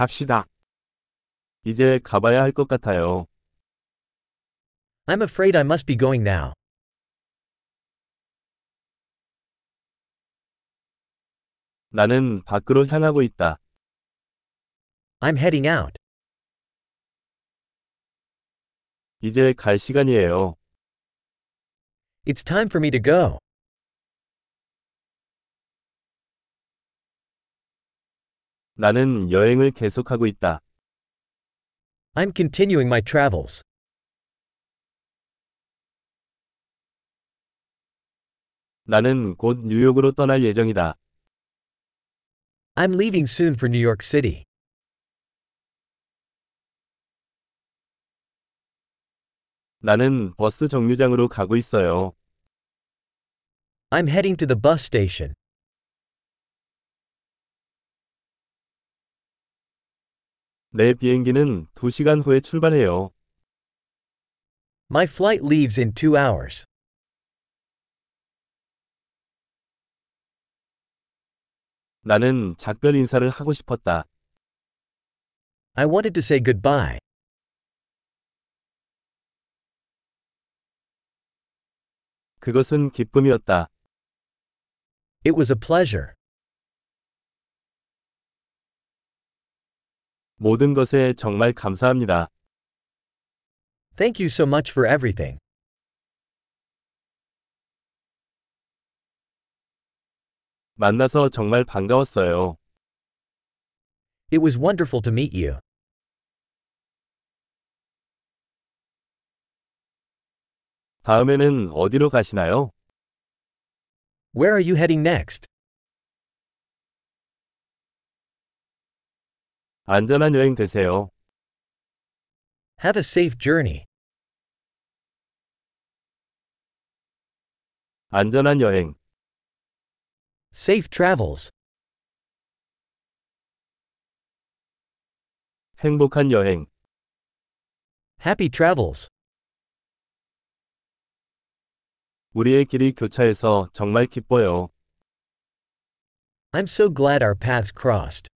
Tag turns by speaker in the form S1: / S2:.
S1: 갑시다. 이제 가봐야 할 것 같아요.
S2: I'm afraid I must be going now.
S1: 나는 밖으로 향하고 있다.
S2: I'm heading out.
S1: 이제 갈 시간이에요.
S2: It's time for me to go.
S1: 나는 여행을 계속하고 있다.
S2: I'm continuing my travels.
S1: 나는 곧 뉴욕으로 떠날 예정이다.
S2: I'm leaving soon for New York City.
S1: 나는 버스 정류장으로 가고 있어요.
S2: I'm heading to the bus station.
S1: 내 비행기는 2시간 후에 출발해요.
S2: My flight leaves in two hours.
S1: 나는 작별 인사를 하고 싶었다.
S2: I wanted to say goodbye.
S1: 그것은 기쁨이었다.
S2: It was a pleasure.
S1: 모든 것에 정말 감사합니다.
S2: Thank you so much for everything.
S1: 만나서 정말 반가웠어요.
S2: It was wonderful to meet you.
S1: 다음에는 어디로 가시나요?
S2: Where are you heading next?
S1: 안전한 여행 되세요.
S2: Have a safe journey.
S1: 안전한 여행.
S2: Safe travels.
S1: 행복한 여행.
S2: Happy travels.
S1: 우리의 길이 교차해서 정말 기뻐요.
S2: I'm so glad our paths crossed.